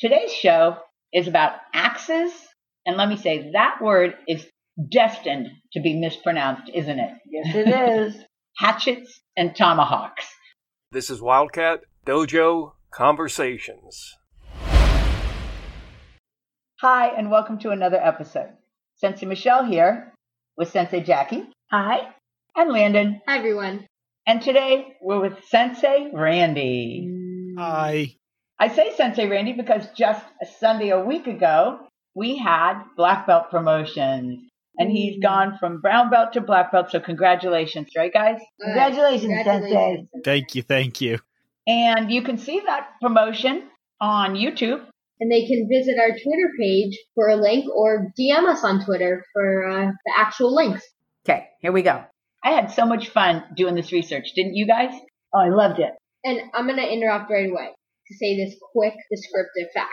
Today's show is about axes. And let me say, that word is destined to be mispronounced, isn't it? Yes, it is. Hatchets and tomahawks. This is Wildcat Dojo Conversations. Hi, and welcome to another episode. Sensei Michelle here with Sensei Jackie Hi. and Landon. Hi, everyone. And today we're with Sensei Randy. Hi. I say Sensei Randy because just a Sunday a week ago, we had black belt promotions. And Mm. he's gone from brown belt to black belt. So congratulations, right, guys? Congratulations, Sensei. Thank you. Thank you. And you can see that promotion on YouTube. And they can visit our Twitter page for a link or DM us on Twitter for uh, the actual links. Okay, here we go. I had so much fun doing this research, didn't you guys? Oh, I loved it. And I'm going to interrupt right away to say this quick descriptive fact.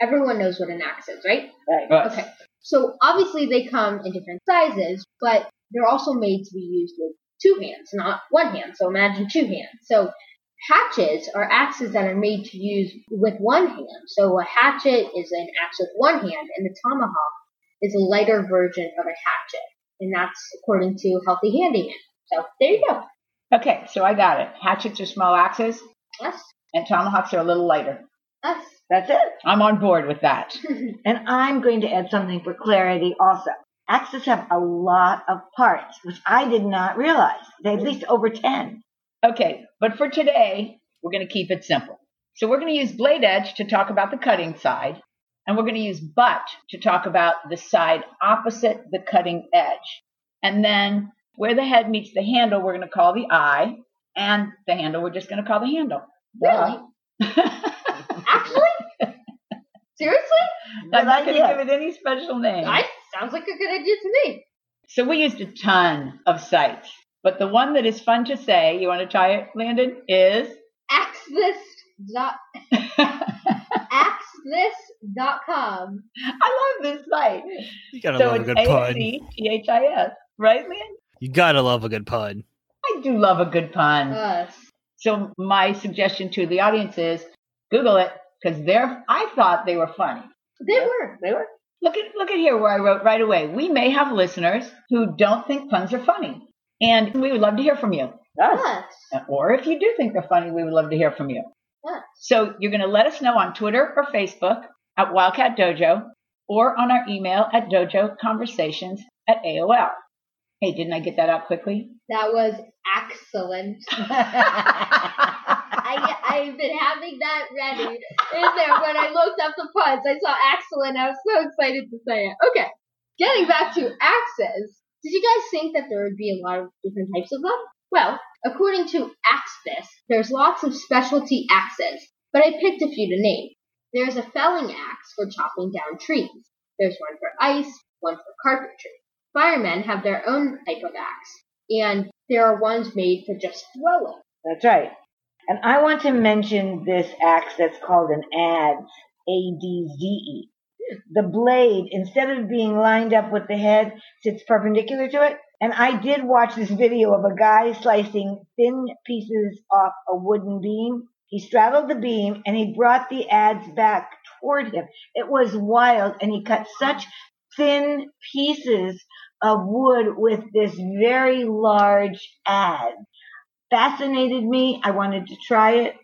Everyone knows what an axe is, right? Right. Uh, Okay. So obviously they come in different sizes, but they're also made to be used with two hands, not one hand. So imagine two hands. So hatchets are axes that are made to use with one hand. So a hatchet is an axe with one hand, and the tomahawk is a lighter version of a hatchet. And that's according to Healthy Handyman. So there you go. Okay, so I got it. Hatchets are small axes, Us. and tomahawks are a little lighter. Us. That's it. I'm on board with that. And I'm going to add something for clarity also. Axes have a lot of parts, which I did not realize. They at least over 10. Okay, but for today, we're going to keep it simple. So we're going to use blade edge to talk about the cutting side, and we're going to use butt to talk about the side opposite the cutting edge. And then where the head meets the handle, we're going to call the eye, and the handle, we're just going to call the handle. Really? Actually? Seriously? I'm not going to idea. give it any special name. That sounds like a good idea to me. So we used a ton of sites, but the one that is fun to say, you want to try it, Landon, is Axe this dot axethis.com. I love this site. You gotta so love a it's good A pun. C T H I S, right, Landon? You gotta love a good pun. I do love a good pun. Us. so my suggestion to the audience is Google it because they're. I thought they were funny. They were. They were? Look at look at here where I wrote right away. We may have listeners who don't think puns are funny, and we would love to hear from you. Us. Or if you do think they're funny, we would love to hear from you. Yeah. So you're going to let us know on Twitter or Facebook at Wildcat Dojo or on our email at dojoconversations at AOL. Hey, didn't I get that out quickly? That was excellent. I, I've been having that ready in there when I looked up the puns. I saw excellent. I was so excited to say it. Okay. Getting back to axes. Did you guys think that there would be a lot of different types of them? Well, according to Axbis, there's lots of specialty axes, but I picked a few to name. There's a felling axe for chopping down trees. There's one for ice, one for carpentry. Firemen have their own type of axe, and there are ones made for just throwing. That's right. And I want to mention this axe that's called an adze, A-D-Z-E. E. The blade, instead of being lined up with the head, sits perpendicular to it. And I did watch this video of a guy slicing thin pieces off a wooden beam. He straddled the beam and he brought the adze back toward him. It was wild and he cut such thin pieces of wood with this very large adze fascinated me. I wanted to try it.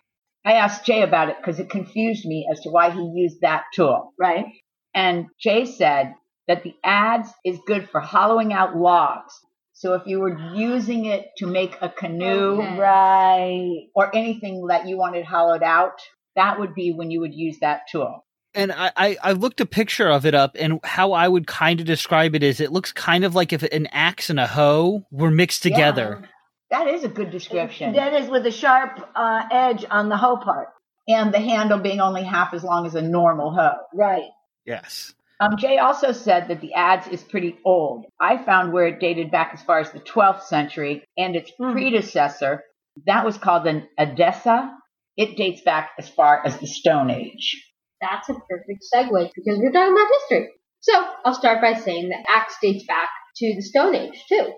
I asked Jay about it because it confused me as to why he used that tool. Right. And Jay said that the ads is good for hollowing out logs. So if you were using it to make a canoe Okay. Right. or anything that you wanted hollowed out, that would be when you would use that tool. And I, I, I looked a picture of it up, and how I would kind of describe it is it looks kind of like if an axe and a hoe were mixed Yeah. together. That is a good description. That is with a sharp uh, edge on the hoe part. and the handle being only half as long as a normal hoe. Right. Yes. Um, Jay also said that the ads is pretty old. I found where it dated back as far as the 12th century, and its Hmm. predecessor, that was called an Edessa. It dates back as far as the Stone Age. That's a perfect segue because we're talking about history. So I'll start by saying that axe dates back to the Stone Age too.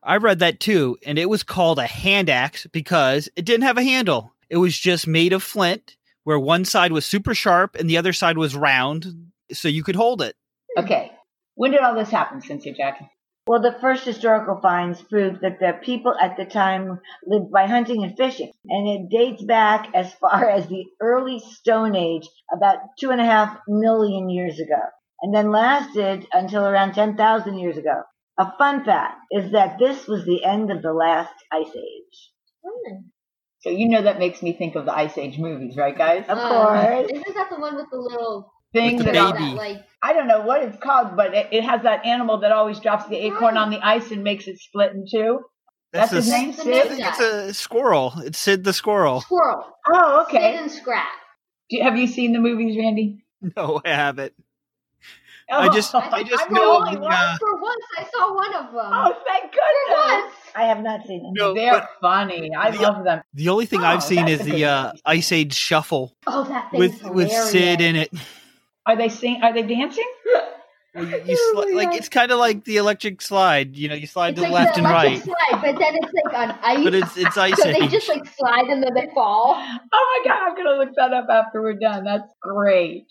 I read that too, and it was called a hand axe because it didn't have a handle. It was just made of flint where one side was super sharp and the other side was round, so you could hold it. Hmm. Okay. When did all this happen, Cynthia Jackson? Well, the first historical finds prove that the people at the time lived by hunting and fishing, and it dates back as far as the early Stone Age, about two and a half million years ago, and then lasted until around 10,000 years ago. A fun fact is that this was the end of the last ice age. So you know that makes me think of the Ice Age movies, right, guys? Of course. Uh, Isn't that the one with the little Thing With Uh, the that about baby. that like I don't know what it's called, but it, it has that animal that always drops the acorn on the ice and makes it split in two. That's a his s- name, That's the I Sid. name. think it's a squirrel. It's Sid the squirrel. squirrel? Oh, Sit okay. and scrap. Do you, have you seen the movies, Randy? No, I haven't. Oh, I just- I just I'm the know only the, one? uh, Oh, For once, I saw one of them. Oh, thank goodness! once. I have not seen it. No, They're but funny. I The- love them. the only thing Oh, I've seen that's is a good the uh, movie. Ice Age Shuffle Oh, that thing's with with hilarious. Sid in it. Are they sing? Are they dancing? Well, you- you sli- Oh my like God. it's kind of like the electric slide. You know, you slide It's to like left the and right, electric Slide, but then it's like on ice. but it's it's ice so they age. just like slide and then they fall. Oh my god! I'm gonna look that up after we're done. That's great.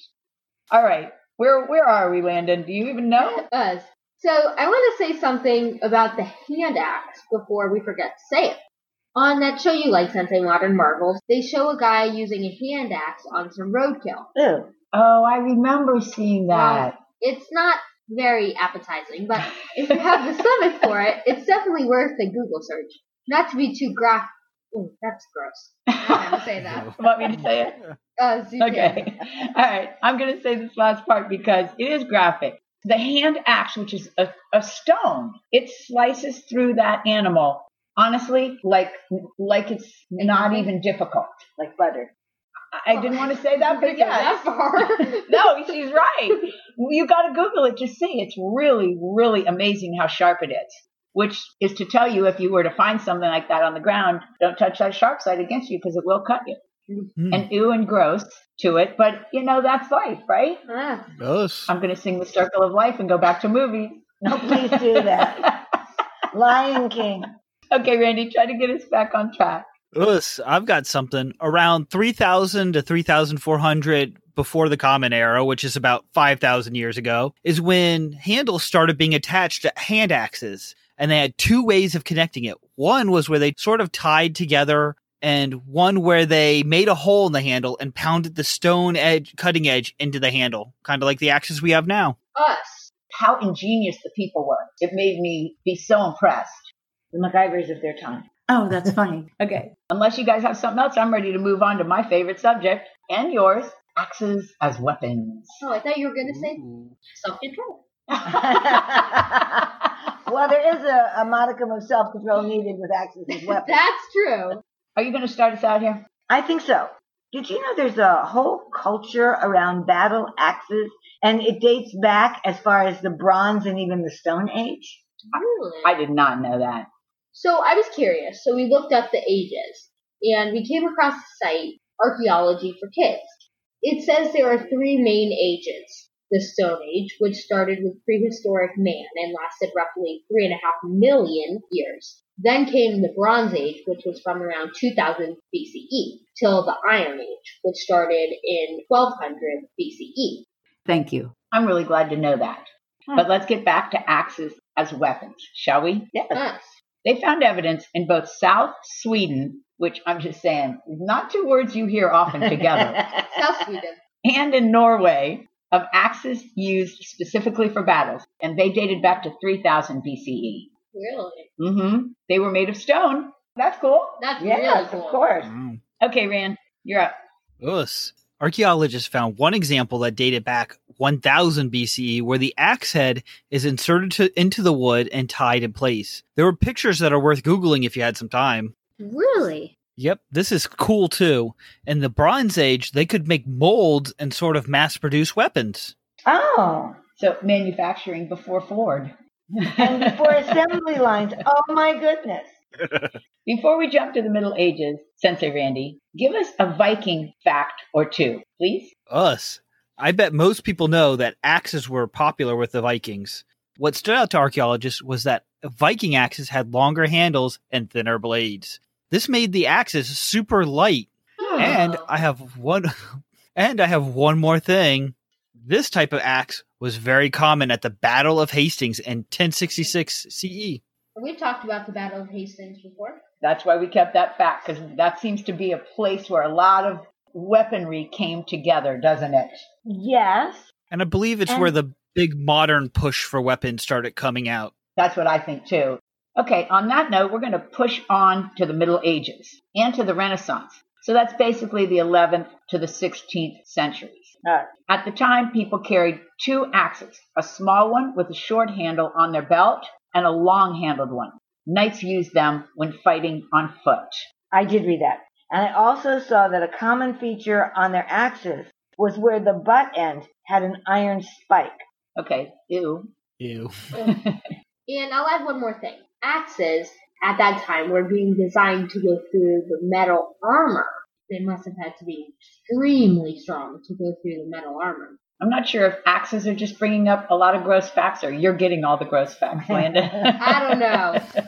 All right, where where are we, Landon? Do you even know? Us. So I want to say something about the hand axe before we forget to say it. On that show you like, Sensei Modern Marvels, they show a guy using a hand axe on some roadkill. Ew. Oh, I remember seeing that. It's not very appetizing, but if you have the stomach for it, it's definitely worth a Google search. Not to be too graph. Ooh, that's gross. I'm not gonna say that. Want me to say it? Uh, Zuzu. Okay. All right. I'm going to say this last part because it is graphic. The hand axe, which is a, a stone, it slices through that animal. Honestly, like like it's not even difficult. Mm-hmm. Like butter. I I didn't want to say that, but Didn't go yes. that far. No, she's right. You got to Google it to see. It's really, really amazing how sharp it is. Which is to tell you, if you were to find something like that on the ground, don't touch that sharp side against you because it will cut you. Hmm. And ew and gross to it, but you know that's life, right? Ah, Gross. I'm going to sing the circle of life and go back to movies. No, please do that. Lion King. okay, Randy, try to get us back on track. Us, I've got something around 3000 to 3400 before the common era, which is about 5000 years ago, is when handles started being attached to hand axes and they had two ways of connecting it. One was where they sort of tied together and one where they made a hole in the handle and pounded the stone edge cutting edge into the handle, kind of like the axes we have now. us. How ingenious the people were. It made me be so impressed. The MacGyvers of their time. Oh, that's funny. okay. Unless you guys have something else, I'm ready to move on to my favorite subject and yours axes as weapons. Oh, I thought you were gonna say self control. well, there is a, a modicum of self control needed with axes as weapons. That's true. Are you going to start us out here? I think so. Did you know there's a whole culture around battle axes, and it dates back as far as the Bronze and even the Stone Age? Really? I did not know that. so I was curious. So we looked up the ages, and we came across the site Archaeology for Kids. It says there are three main ages: the Stone Age, which started with prehistoric man and lasted roughly three and a half million years. Then came the Bronze Age, which was from around 2000 BCE, E, till the Iron Age, which started in 1200 BCE. Thank you. I'm really glad to know that. Hmm. But let's get back to axes as weapons, shall we? Yes. Us. They found evidence in both South Sweden, which I'm just saying, not two words you hear often together, South Sweden. and in Norway of axes used specifically for battles, and they dated back to 3000 BCE. Really? hmm E. They were made of stone. That's cool. That's really yes, cool. of course. Mm. Okay, Rand, you're up. Us. Archaeologists found one example that dated back 1000 BCE E where the axe head is inserted to, into the wood and tied in place. There were pictures that are worth Googling if you had some time. Really? Yep, this is cool too. In the Bronze Age, they could make molds and sort of mass produce weapons. Oh, So, manufacturing before Ford. and before assembly lines. Oh my goodness. Before we jump to the Middle Ages, Sensei Randy, give us a Viking fact or two, please. Us. I bet most people know that axes were popular with the Vikings. What stood out to archaeologists was that Viking axes had longer handles and thinner blades. This made the axes super light. And I have one and I have one more thing. This type of axe was very common at the Battle of Hastings in 1066 CE. We've talked about the Battle of Hastings before. That's why we kept that fact, because that seems to be a place where a lot of weaponry came together, doesn't it? Yes. And I believe it's And- where the big modern push for weapons started coming out. That's what I think too. Okay, on that note, we're going to push on to the Middle Ages and to the Renaissance. So that's basically the 11th to the 16th centuries. All right. At the time, people carried two axes a small one with a short handle on their belt and a long handled one. Knights used them when fighting on foot. I did read that. And I also saw that a common feature on their axes was where the butt end had an iron spike. Okay, ew. Ew. And I'll add one more thing. Axes at that time were being designed to go through the metal armor. They must have had to be extremely strong to go through the metal armor. I'm not sure if axes are just bringing up a lot of gross facts or you're getting all the gross facts, Landon. I don't know.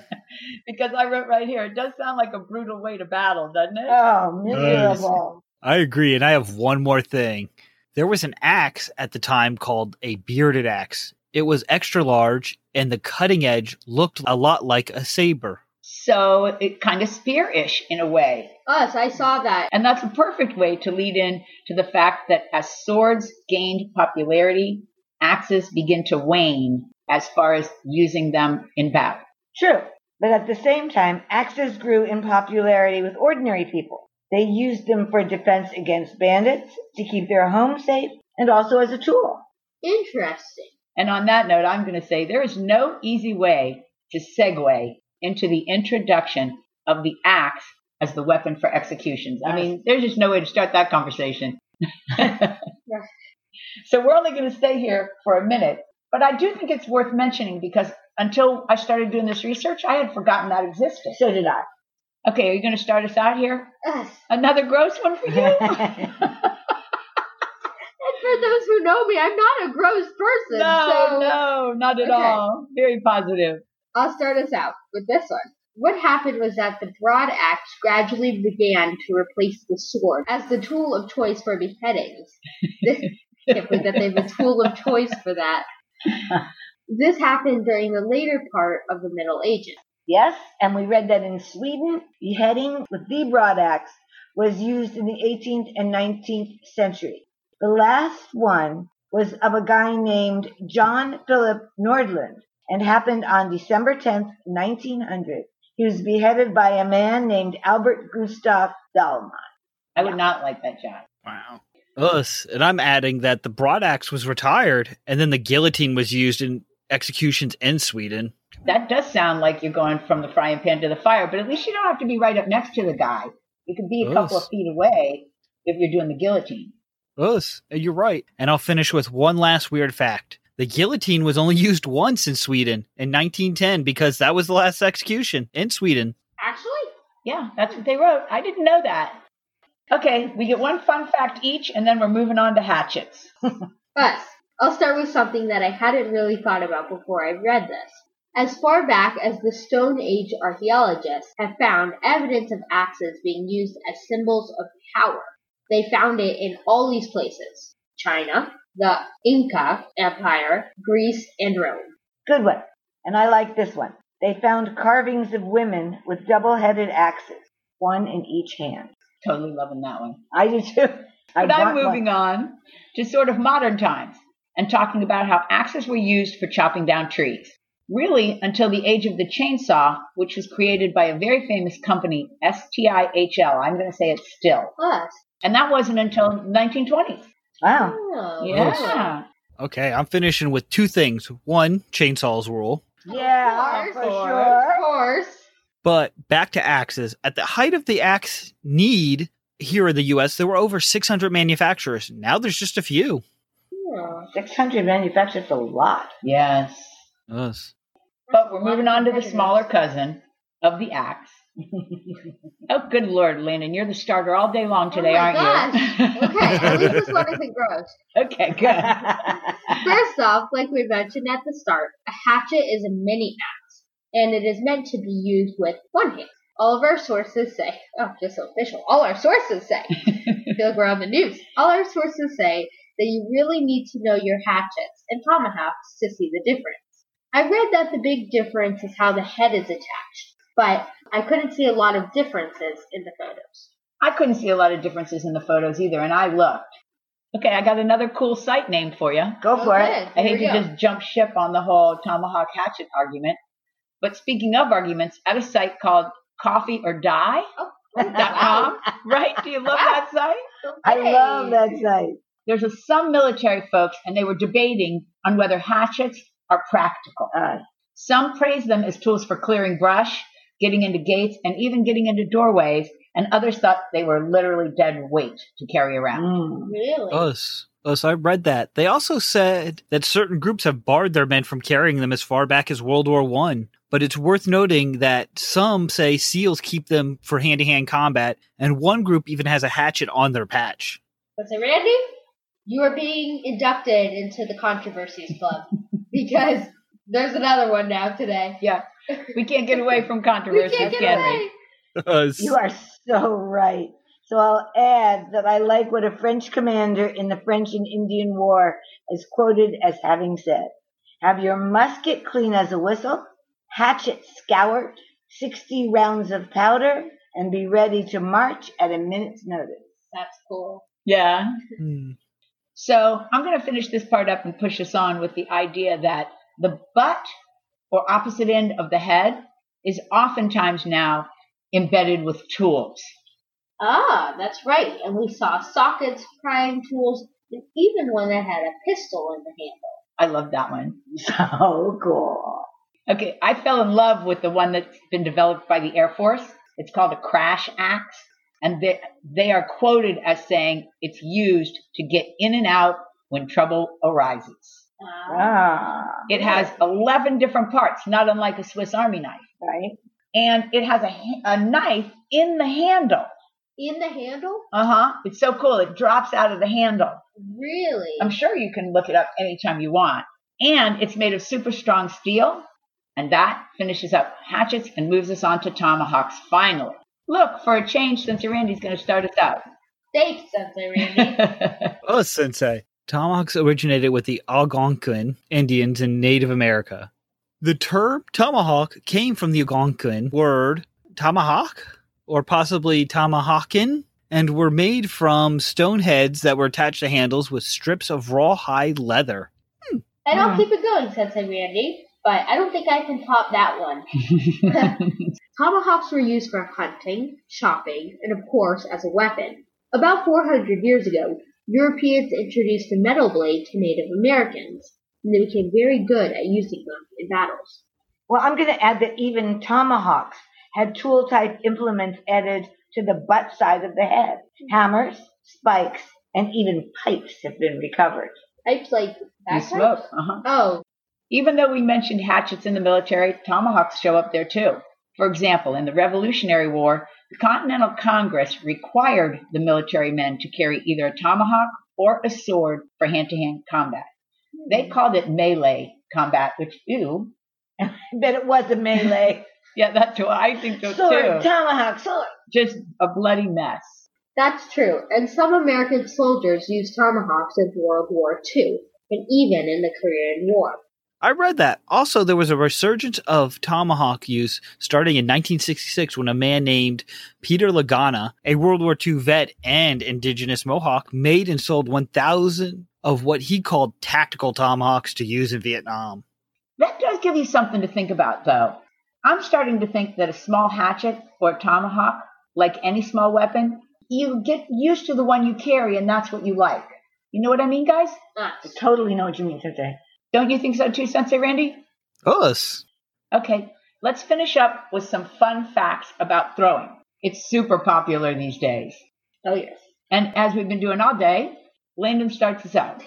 because I wrote right here, it does sound like a brutal way to battle, doesn't it? Oh, miserable. I agree. And I have one more thing. There was an axe at the time called a bearded axe. It was extra large, and the cutting edge looked a lot like a saber. So it kind of spear ish in a way. Us, I saw that. And that's a perfect way to lead in to the fact that as swords gained popularity, axes begin to wane as far as using them in battle. True. But at the same time, axes grew in popularity with ordinary people. They used them for defense against bandits, to keep their home safe, and also as a tool. Interesting. And on that note, I'm going to say there is no easy way to segue into the introduction of the axe as the weapon for executions. I mean, there's just no way to start that conversation. so we're only going to stay here for a minute, but I do think it's worth mentioning because until I started doing this research, I had forgotten that existed. So did I. Okay, are you going to start us out here? Us. Another gross one for you? And for those who know me, I'm not a gross person. no, so no, not at Okay. all. Very positive. I'll start us out with this one. What happened was that the broad axe gradually began to replace the sword as the tool of choice for beheadings. Can't believe that they have a tool of choice for that. This happened during the later part of the Middle Ages. yes, and we read that in Sweden, beheading with the broad axe was used in the 18th and 19th century. The last one was of a guy named John Philip Nordland and happened on December 10th, 1900. He was beheaded by a man named Albert Gustav Dahlmann. I would not like that job. Wow. Us. And I'm adding that the broad axe was retired, and then the guillotine was used in executions in Sweden. That does sound like you're going from the frying pan to the fire, but at least you don't have to be right up next to the guy. You could be a couple Yes. of feet away if you're doing the guillotine. Us. And You're right. And I'll finish with one last weird fact. The guillotine was only used once in Sweden in 1910 because that was the last execution in Sweden. Actually, Yeah, that's what they wrote. I didn't know that. Okay, we get one fun fact each, and then we're moving on to hatchets. us. I'll start with something that I hadn't really thought about before I read this. As far back as the Stone Age archaeologists have found evidence of axes being used as symbols of power. They found it in all these places China, the Inca Empire, Greece, and Rome. Good one. And I like this one. They found carvings of women with double-headed axes, one in each hand. Totally loving that one. I do too. I But I'm want one. moving on to sort of modern times and talking about how axes were used for chopping down trees. Really, until the age of the chainsaw, which was created by a very famous company, STIHL. I'm going to say it still. Plus, And that wasn't until 1920s. Wow. oh, Yeah. Okay, I'm finishing with two things. One, chainsaws rule. Yeah, Of for course. sure. Of course. But back to axes. At the height of the axe need here in the US, there were over 600 manufacturers. Now there's just a few. Yeah. 600 manufacturers a lot. Yes. Yes. But we're moving on to the smaller cousin of the axe. oh, good Lord, Landon, you're the starter all day long today, Oh my aren't you? Okay, at least this one isn't gross. okay, good. First off, like we mentioned at the start, a hatchet is a mini axe, and it is meant to be used with one hand. All of our sources say, oh, just so official, all our sources say, I feel like we're on the news. All our sources say that you really need to know your hatchets and tomahawks to see the difference. I read that the big difference is how the head is attached, but I couldn't see a lot of differences in the photos. I couldn't see a lot of differences in the photos either, and I looked. Okay, I got another cool site name for you. Go for Okay, it. I here hate we to go. just jump ship on the whole tomahawk hatchet argument. But speaking of arguments, at a site called Coffee or Die Oh, dot com, right? Do you love that site? I Okay. love that site. There's a, some military folks, and they were debating on whether hatchets are practical. Uh, Some praise them as tools for clearing brush, getting into gates, and even getting into doorways, and others thought they were literally dead weight to carry around. mm. Really? Us. Us, I read that. They also said that certain groups have barred their men from carrying them as far back as World War One. But it's worth noting that some say SEALs keep them for hand to hand combat, and one group even has a hatchet on their patch. But say, Randy, you are being inducted into the Controversies Club because there's another one now today. Yeah, we can't get away from We controversy, can't get can away. Us. You are so right. So I'll add that I like what a French commander in the French and Indian War is quoted as having said. Have your musket clean as a whistle, hatchet scoured, 60 rounds of powder, and be ready to march at a minute's notice. That's cool. we? Yeah. Hmm. So I'm going to finish this part up and push us on with the idea that the butt or opposite end of the head is oftentimes now embedded with tools. Ah, that's right. And we saw sockets, prying tools, and even one that had a pistol in the handle. I love that one. So Oh, cool. Okay, I fell in love with the one that's been developed by the Air Force. It's called a crash axe, and they, they are quoted as saying it's used to get in and out when trouble arises. Ah, Ah, It has 11 different parts, not unlike a Swiss Army knife, right. and it has a, ha- a knife in the handle. in the handle? Uh huh. It's so cool. It drops out of the handle. Really? I'm sure you can look it up anytime you want. And it's made of super strong steel. And that finishes up hatchets and moves us on to tomahawks finally. Look for a change since Randy's going to start us out. Thanks, Sensei Randy. yeah, Us, Oh, Sensei. Tomahawks originated with the Algonquin Indians in Native America. The term tomahawk came from the Algonquin word tomahawk or possibly tomahawkin and were made from stone heads that were attached to handles with strips of rawhide leather. and I'll Hmm. keep it going, Sensei Randy, but I don't think I can top that one. Tomahawks were used for hunting, shopping, and of course as a weapon. About 400 years ago, Europeans introduced the metal blade to Native Americans, and they became very good at using them in battles. Well, I'm going to add that even tomahawks had tool type implements added to the butt side of the head. Hammers, spikes, and even pipes have been recovered. Types like you that. smoke. Uh-huh. Oh, Even though we mentioned hatchets in the military, tomahawks show up there too. For example, in the Revolutionary War, the Continental Congress required the military men to carry either a tomahawk or a sword for hand to hand combat. They called it melee combat, which, ew, I bet it was a melee. yeah, that's what I think so sword, too. tomahawk, sword. Just a bloody mess. that's true. And some American soldiers used tomahawks in World War II, and even in the Korean War. I read that. Also, there was a resurgence of tomahawk use starting in 1966 when a man named Peter Lagana, a World War II vet and indigenous Mohawk, made and sold 1,000 of what he called tactical tomahawks to use in Vietnam. That does give you something to think about, though. I'm starting to think that a small hatchet or a tomahawk, like any small weapon, you get used to the one you carry and that's what you like. You know what I mean, guys? Ah, I totally know what you mean, Sensei. Don't you think so too, Sensei Randy? Us. Okay, let's finish up with some fun facts about throwing. It's super popular these days. Oh, yes. And as we've been doing all day, Landon starts us out.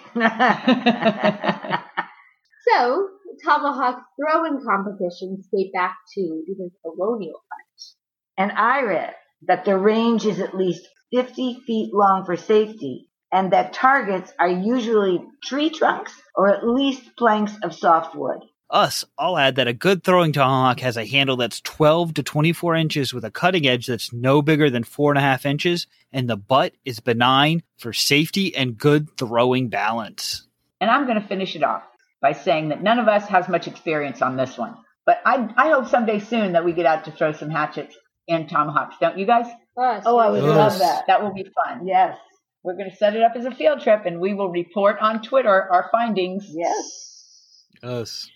So, tomahawk throwing competitions date back to the colonial times. and I read that the range is at least 50 feet long for safety and that targets are usually tree trunks or at least planks of soft wood. Us, I'll add that a good throwing tomahawk has a handle that's 12 to 24 inches with a cutting edge that's no bigger than four and a half inches, and the butt is benign for safety and good throwing balance. And I'm going to finish it off by saying that none of us has much experience on this one. But I, I hope someday soon that we get out to throw some hatchets and tomahawks, don't you guys? Us. Oh, I would Yes. love that. That will be fun. Yes. We're going to set it up as a field trip and we will report on Twitter our findings. Yes. Us.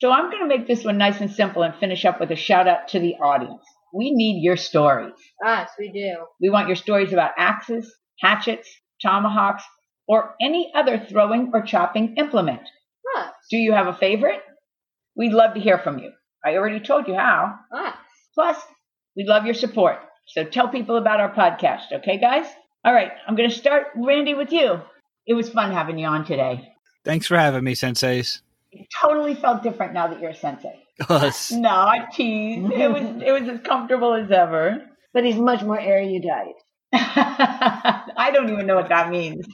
So I'm going to make this one nice and simple and finish up with a shout out to the audience. We need your stories. Us, we do. We want your stories about axes, hatchets, tomahawks, or any other throwing or chopping implement. Us. Do you have a favorite? We'd love to hear from you. I already told you how. Us. Plus, we love your support. So tell people about our podcast, okay, guys? All right, I'm going to start, Randy, with you. It was fun having you on today. Thanks for having me, senseis. It totally felt different now that you're a sensei. Us. No, I teased. It was it was as comfortable as ever. But he's much more erudite. I don't even know what that means.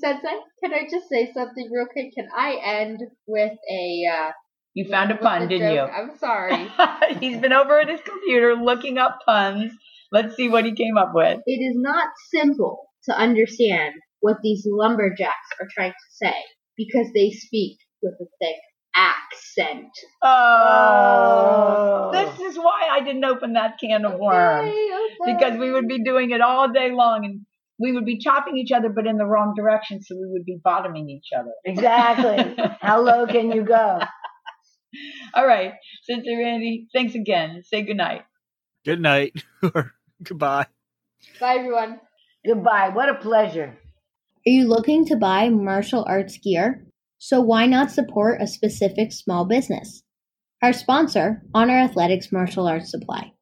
Sensei, can I just say something real quick? Can I end with a uh You found a with pun, didn't joke? I'm sorry. you? He's been over at his computer looking up puns. Let's see what he came up with. it is not simple to understand what these lumberjacks are trying to say because they speak with a thick accent. Oh, this is why I didn't open that can of worms. Okay, okay. because we would be doing it all day long and we would be chopping each other but in the wrong direction so we would be bottoming each other Exactly. How low can you go? all right sister randy thanks again say goodnight Good night. or goodbye. Bye everyone. Goodbye. What a pleasure. Are you looking to buy martial arts gear? So why not support a specific small business? Our sponsor, Honor Athletics Martial Arts Supply.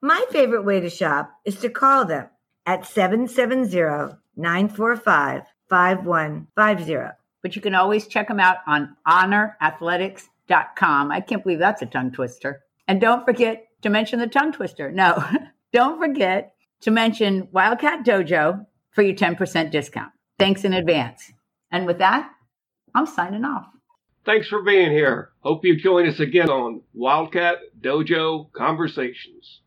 My favorite way to shop is to call them at 770-945-5150. but you can always check them out on honorathletics.com i can't believe that's a tongue twister and don't forget to mention the tongue twister no don't forget to mention wildcat dojo for your 10% discount thanks in advance and with that i'm signing off Thanks for being here. Hope you join us again on Wildcat Dojo Conversations.